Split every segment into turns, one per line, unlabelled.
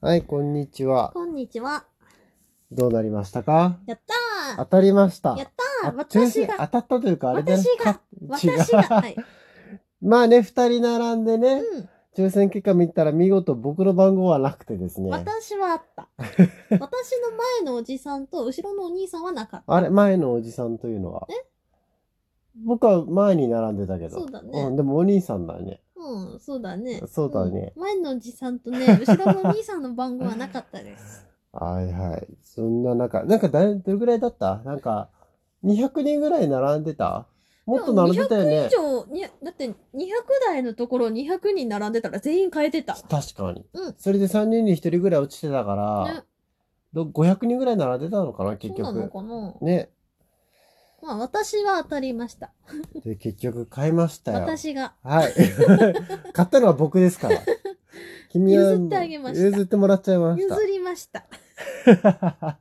はい、こんにちは。
こんにちは。
どうなりましたか
やっ
当
た
たりました。
ーやったー
あ
私
先生当
が、
たったというか、あれだね。
私が
か違う
私が、はい。
まあね、二人並んでね、
うん。
抽選結果見たら見事僕の番号はなくてですね。
私はあった。 私の前のおじさんと後ろのお兄さんはなかった。
あれ、前のおじさんというのは。僕は前に並んでたけど。
そうだね
ん、でもお兄さんだね。
うん、そうだね。
そうだね
うん前のおじさんとね、後ろのお兄さんの番号はなかったです。
はいはい。そんな中、なんかだいどれぐらいだったなんか、200人ぐらい並んでた もっと並んでたよ
200
ね
以。上に、だって200台のところ200人並んでたら全員変えてた。
確かに。
うん
それで3人に1人ぐらい落ちてたから、
ね、
ど500人ぐらい並んでたのかな結
そうなの
局。
かな
ね。
まあ私は当たりました。
で、結局買いましたよ。
私が。
はい。 買ったのは僕ですから。君は
譲ってあげました
譲ってもらっちゃいまし
譲
た。
りました。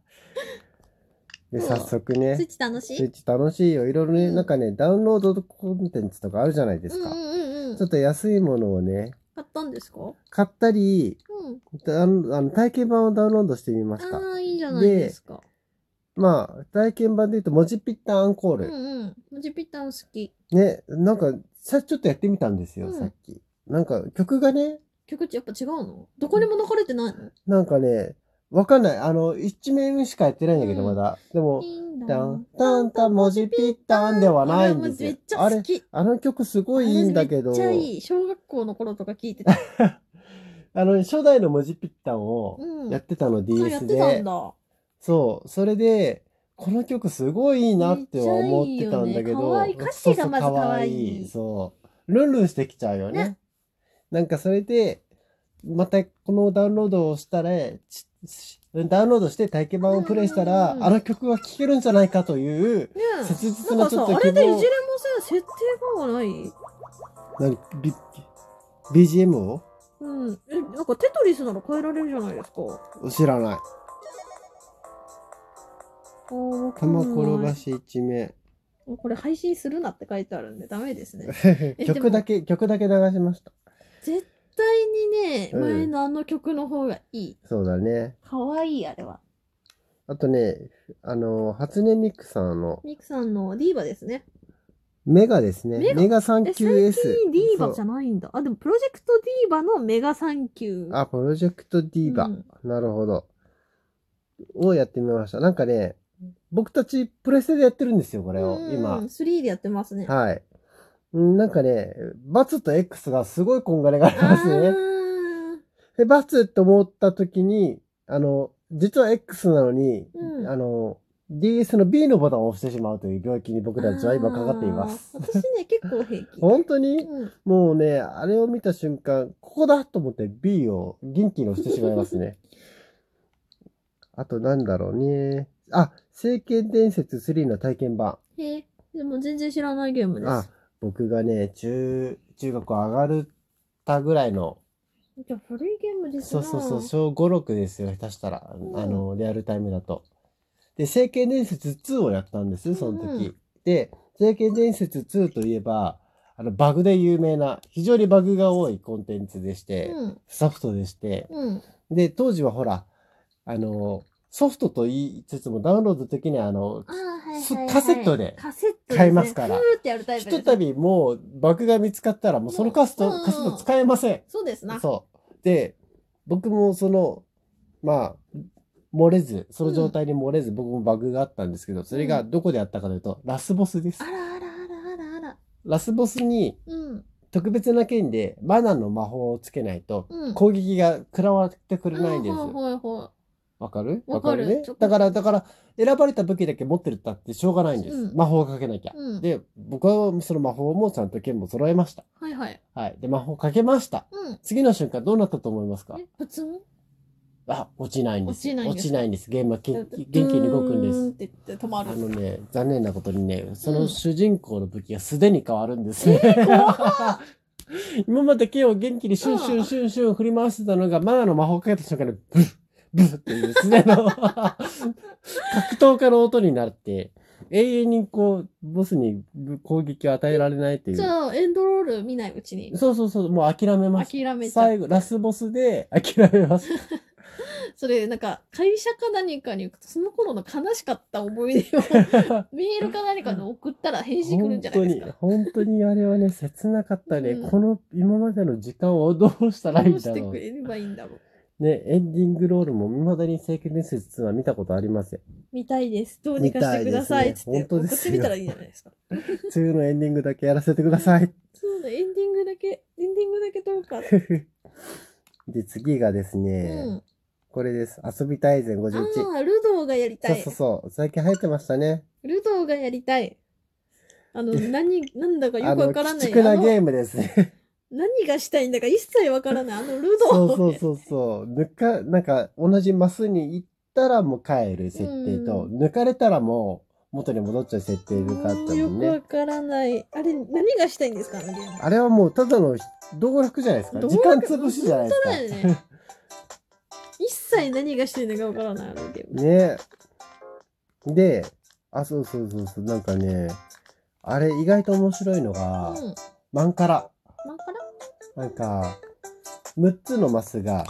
で、
そう
早速
スイッ
ね、
チ楽し
スイ
い
ッチ楽しいよ。いろいろね、
うん
なんかね、ダウンロードコンテンツとかあるじゃないですか。
うんうんうんうん。
ちょっと安いものをね、
買ったんですかう
買ったり、
ん。
ダウンあの体験版をダウンロードしてみました。
ああ、いいじゃないですか。
まあ、体験版で言うと、文字ピッタアンコー
う
ル。
んうん。文字ピッタン好き。
ね、なんか、さ、ちょっとやってみたんですよ、
うん
さっき。なんか、曲がね、
曲やっぱ違うのどこにも流れてないの
なんかね、わかんない。あの、一面しかやってないんだけど、
う
ま
ん
だ。でも、タンタン
た
タン
ん
文字ピッタンではないんです
め
よ
っち。ゃ
あ
好
れ、
き。
あの曲すごいいいんだけど
めっ、ちゃいい。小学校の頃とか聞いてた。
あの、初代の文字ピッタンを
うん。
やってたの、
あやっ
DS
てたん
で。
だ。
そう、それで、この曲すごいいいなっては思ってたんだけど、
めっちゃいいよね可愛い歌詞がまず
そうそう
可愛い
そう。ルンルンしてきちゃうよね。
ね
なんかそれで、またこのダウンロードをしたら、ちしダウンロードして体験版をプレイしたら、
うん
あの曲が聴けるんじゃないかという、
ねえ
切実
な
なん
か
ちょ
さ、
っと希望
あれでいじれもさ、設定感がない
何ビ BGM を
うん。え、なんかテトリスなら変えられるじゃないですか。
知らない。
あーわかんな
玉
い
転がし一面。
これ配信するなって書いてあるんでダメですね。も
曲だけ、曲だけ流しました。
絶対にね、
うん
前のあの曲の方がいい。
そうだね。
かわいい、あれは。
あとね、あの、初音ミクさんの
ミクさんのディーバですね。
メガですね。
メガ
メガ
え、最
39S。
近ディーバじ
そ
ゃ
う
ないんだ。あ、でもプロジェクトディーバのメガサンキュー。
あ、プロジェクトディーバ。
うん
なるほど。をやってみました。なんかね、僕たちプレステでやってるんですよ、これを。
うんうん
今。
3でやってますね。
はい。うんなんかね、バツと X がすごいこんがらがり
あ
ますね。
ー
で、バツと思った時に、あの、実は X なのに、
うん
あの、DS の B のボタンを押してしまうという病気に僕たちは今かかっています。
あー私ね、結構平気。
本当に
うん
もうね、あれを見た瞬間、ここだと思って B を元気に押してしまいますね。 あとなんだろうね。あ、聖剣伝説3の体験版。
へえでも全然知らないゲームです。
あ、僕がね、中、中学上がるたぐらいの、
じゃあ古いゲームです
そ
な
うそうそう、小5、6ですよ、下手したら。
うん
あの、リアルタイムだと。で、聖剣伝説2をやったんです、その時。
うん
で、聖剣伝説2といえば、あの、バグで有名な、非常にバグが多いコンテンツでして、
うん。
ソフトでして、
うん。
で、当時はほら、あの、ソフトと言いつつもダウンロード的にはあの、
あーはい
す
はい、はい。
カセットで
カセットで
買いますから
ふーってやるタイ
ひ
プです
と
ね
たびもうバグが見つかったらもうそのカスト、
もう
カセット使えません。
そうですな。
そう。で、僕もその、まあ、漏れず、その状態に漏れず、僕もバグがあったんですけど、それがどこであったかというと、ラスボスです
あ。らあらあらあらあら。
ラスボスに
うん。
特別な剣でマナの魔法をつけないと、
うん。
攻撃が食らわってくれないんです。
はいはいはい。
わかる
わかる
ね
ちょっ。と
だから、だから、選ばれた武器だけ持ってるったってしょうがないんです。
うん
魔法をかけなきゃ。
うん
で、僕はその魔法もちゃんと剣も揃えました。
はいはい。
はい。で、魔法かけました。
うん。
次の瞬間どうなったと思いますか
え、普通
あ、落ちないんです。
落ちないんです
んです。
か
ゲームはき元気に動くんで
ドゥーンっ
す。
て言って止ま
あ
る。
のね、残念なことにね、そうの
ん
主人公の武器が素手に変わるんですね。 今まで剣を元気にシュンシュンシュンシュン振り回してたのが、マナの魔法をかけた瞬間にブッ、ブッっていう素手 の格闘家の音になって、永遠にこう、ボスに攻撃を与えられないってい
じ
う。
ゃあ、エンドロール見ないうちに
そうそうそう、もう諦めました
諦めちゃ
最
う。
後、ラスボスで諦めます。
それなんか会社か何かに行くとその頃の悲しかった思 い出をメールか何かで送ったら返信来るん
本
じゃない
当
です
に
か、
本当にあれはね、切なかったね。
うん
この、今までの時間をどうしたらいい
ど
ん
うし
だ
て
ろ
く
う。
れればいいんだろう
ね、エンディングロールも未だに聖剣伝説2は見たことありません。
見たいですどうにかしてくださいっつって
見たいですね本当
送
で
っ
す
て
よ
みたらいいじゃないですか
梅雨のエンディングだけやらせてください。
そうだエンディングだけエンディングだけどうか、
で、次がですね、
うん
これです。遊び大全51。
ああルドーがやりた
そう
い
そうそう。最近流行ってましたね。
ルドーがやりたいあの何なんだか
あ
よく
の、
わ
鬼
からない
畜なゲームですね。
何がしたいんだか一切わからないあのルド
そう
ー
そうそうそう。抜か、なんか、同じマスに行ったらもう帰る設定と、
う
抜かれたらもう元に戻っちゃう設定があった
よ
もん
くわ
ね。
からないあれ何がしたいんですかあのゲーム
あれはもうただの道楽じゃないですか。
道
時
楽
間潰しじゃないですか。
本当だよね 一切何がしてるのかわからないあのゲーム
ねで、あ、そうそうそうそう、なんかね、あれ意外と面白いのが、
うん
マンカラ。
マンカラ
なんか、6つのマスが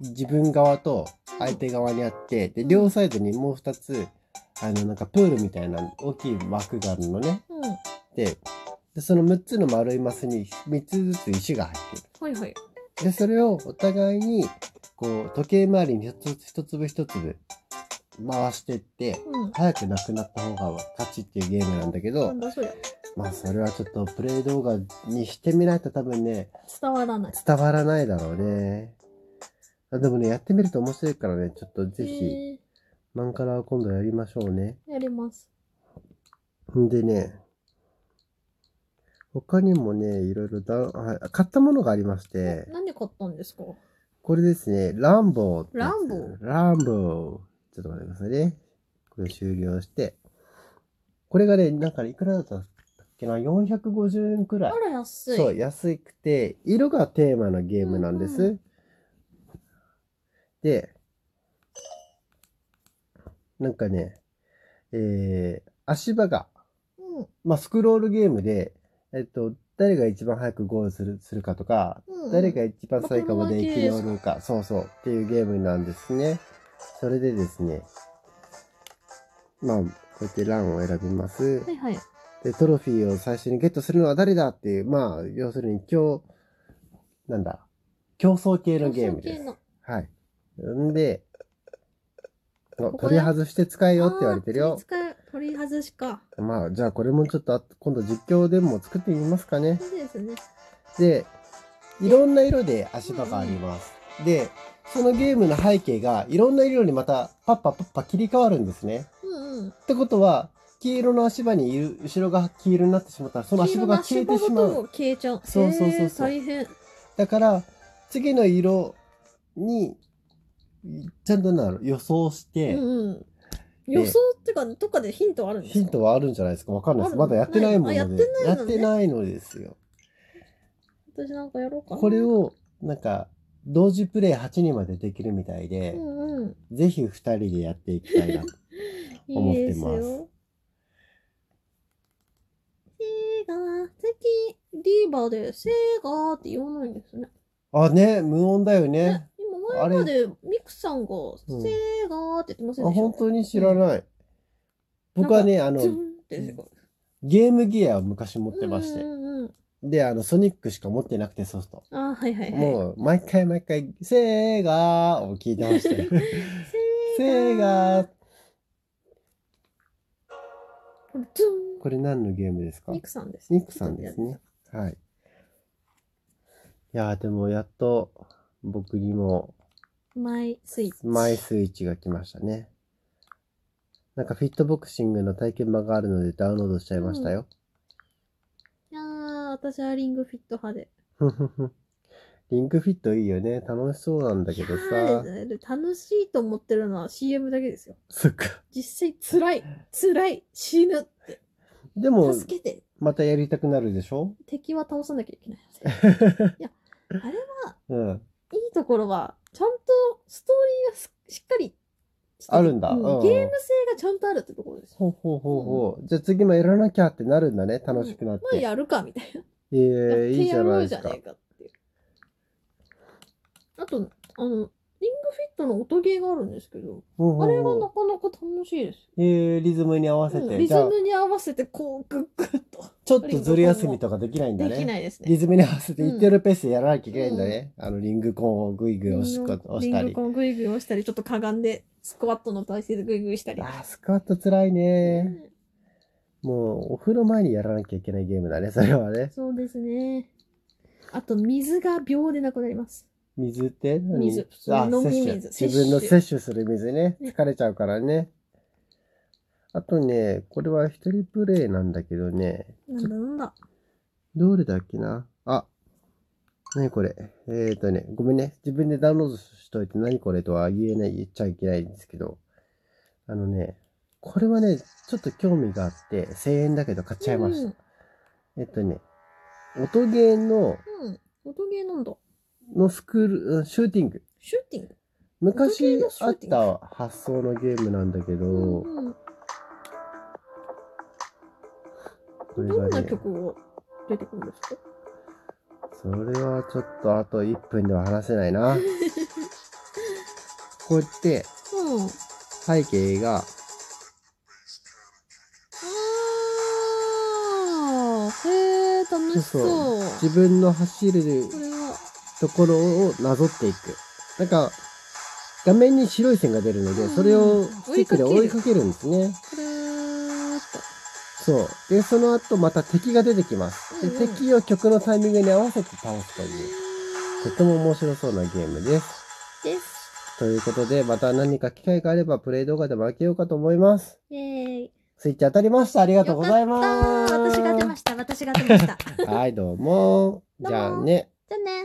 自分側と相手側にあって、で、
うん
両サイドにもう2つ、あの、なんかプールみたいな大きい枠があるのね。
うんは
で、でその6つの丸いマスに3つずつ石が入ってる。
いはい
で、それをお互いに、こう、時計回りに一つ一粒一粒回してって、
うん
早くなくなった方が勝ちっていうゲームなんだけど、
なんだそりゃ
まあそれはちょっとプレイ動画にしてみないと多分ね、
伝わらない
伝わらないだろうね。あでもね、やってみると面白いからね、ちょっとぜひ、
え
マンカラは今度やりましょうね。
ーやります
んでね、他にもね、いろいろだ、あ買ったものがありまして、
なんで買ったんですか
これですね、ランボーってやつ。
ランボー
ランボー。ちょっと待ってくださいね。これ終了して。これがね、なんかいくらだったっけな ?450 円くら
あ
い。
ら安い
そう、安くて、色がテーマのゲームなんです。
うんう
で、なんかね、えー、足場が、
うん
まあ、スクロールゲームで、えっと、誰が一番早くゴールするするかとか、
うんうん
誰が一番最後まで生き残るか、そうそう、っていうゲームなんですね。それでですね、まあ、こうやって欄を選びます
は。いはい
で、トロフィーを最初にゲットするのは誰だっていう、まあ、要するに、競、なんだ、競争系のゲームで
競争系
す
の。
はい。んで、お
ここ
取
だ
り外して使えよって言われてる
あ
よ。
ー取り使い取り外しか
まあ、じゃあこれもちょっとあ、今度実況でも作ってみますかね。
そうですね
で、いろんな色で足場があります。で、そのゲームの背景がいろんな色にまたパッパパッパ切り替わるんですね。
うんうん
ってことは、黄色の足場にいる後ろが黄色になってしまったら、その足場が消えてしま
黄色の足場ご
う。
と消えちゃう
そうそうそうそう
へー大変
だから、次の色に、ちゃんとなんだろう予想して、
うんうん、予想ってか、どっかでヒントあるんですか
ヒントはあるんじゃないですかわかんないで
あ
す。
る
まだやってないもので。
ないあ
や
やっ
っててないのですよ。
私なんかやろうかな。
これ、を、なんか、同時プレイ8人までできるみたいで、
うんうん、
ぜひ二人でやっていきたいな。思っ
いいで
て
す
ます
よ。セーガー、最近、リーバーでセーガーって言わないんですね。
あ、ね、無音だよね
ね。今、前までミクさんがセーガーって言ってま
あ、
せんでした
本当に知らない。僕はね、あ
ズンっ
の、
てすごい
ゲームギアを昔持ってまし
う
て。
んうんうん、
で、あの、ソニックしか持ってなくてソフト。
あー、はいはいはい。
もう、毎回毎回、セーガーを聞いてま したよ。セーガー。
これズン
これ何のゲームですか
ミクさんです。
ニックさんですね。はい。いやー、でも、やっと、僕にも、
マイスイッチ。
マイスイッチが来ましたね。なんかフィットボクシングの体験版があるのでダウンロードしちゃいましたよ。
いやー、私はリングフィット派で。
ふふふ リンクフィットいいよね。楽しそうなんだけど
いや
さ
ー。で楽しいと思ってるのは CM だけですよ。
そっか。
実際辛い、辛い、死ぬ、
でも、
助けて、
またやりたくなるでしょ
敵は倒さなきゃいけない。あれは
うん。
いいところは、ちゃんとストーリーがすしっかりしてて
あるんだ
う
うん
ゲーム性がちゃんとあるってところですよ。
ほうほうほうほう。じゃあ次もやらなきゃってなるんだね。楽しくなっ
まあ
て。
やるかみたいな。
ええいいじ
や
ゃない
ってやろう
で
じ
す
ゃね
か
え。かっていう。あと、あの、リングフィットの音ゲーがあるんですけど、
うんうん
あれが
うん
なかなか楽しいです。
えーリズムに合わせ
うん
て、
リ
じ
ズ
ゃあ、
ムに合わせてこうグッグッと
ちょっとずる休みとかできないんだ
でき
ね。
ないですね。
リズムに合わせて一定のペースでやらなきゃいけないんだね。あの、リングコーンをグイグイ押しこ押
リ
し
ン
た
グ
り
コ。ングイグイ押したり、ちょっとかがんで、スクワットの体勢でグイグイしたり。
あー、スクワット辛いね。もう、お風呂前にやらなきゃいけないゲームだね、それはね。
そうですね。あと、水が秒でなくなります。
水って何
水
あ、
飲
摂
み
取。
水摂
自
取
分の摂取する水ね。
ね
疲れちゃうからね。あとね、これは一人プレイなんだけどね。
なんだなんだ。
どれだっけなあ、何これえーとね、ごめんね。自分でダウンロードしといて何これとは言えない、言っちゃいけないんですけど。あのね、これはね、ちょっと興味があって、1000円だけど買っちゃいました。えっとね、音ゲーの、
うん。うん。音ゲーなんだ。
のスクール、うんシューティング。
シューティング。音
昔
ゲーのシュ
あ
ー
っ
ティング
た発想のゲームなんだけど、
うんうん
これ
どん
が
な
ね、
曲を出てくるんですか
それはちょっとあと1分では話せない な。こうやって
うん。あ
背景が、
ー。へえ、楽しそう。
そう自分の走る
これは、
ところをなぞっていく。なんか、画面に白い線が出るので、
うん
それをスティックで追
追
い
い
か
か
けるんですね。
これは、
そう。で、その後また敵が出てきます。
うん
で、
うん
敵を曲のタイミングに合わせて倒すという、とても面白そうなゲームです。
です。
ということで、また何か機会があればプレイ動画でも開けようかと思います。
イェーイ。
スイッチ当たりました。ありが
あ
とうございます。
私が出ました。私が出ました。じ
はい、どうも。
どうも
じゃあね。
ゃあね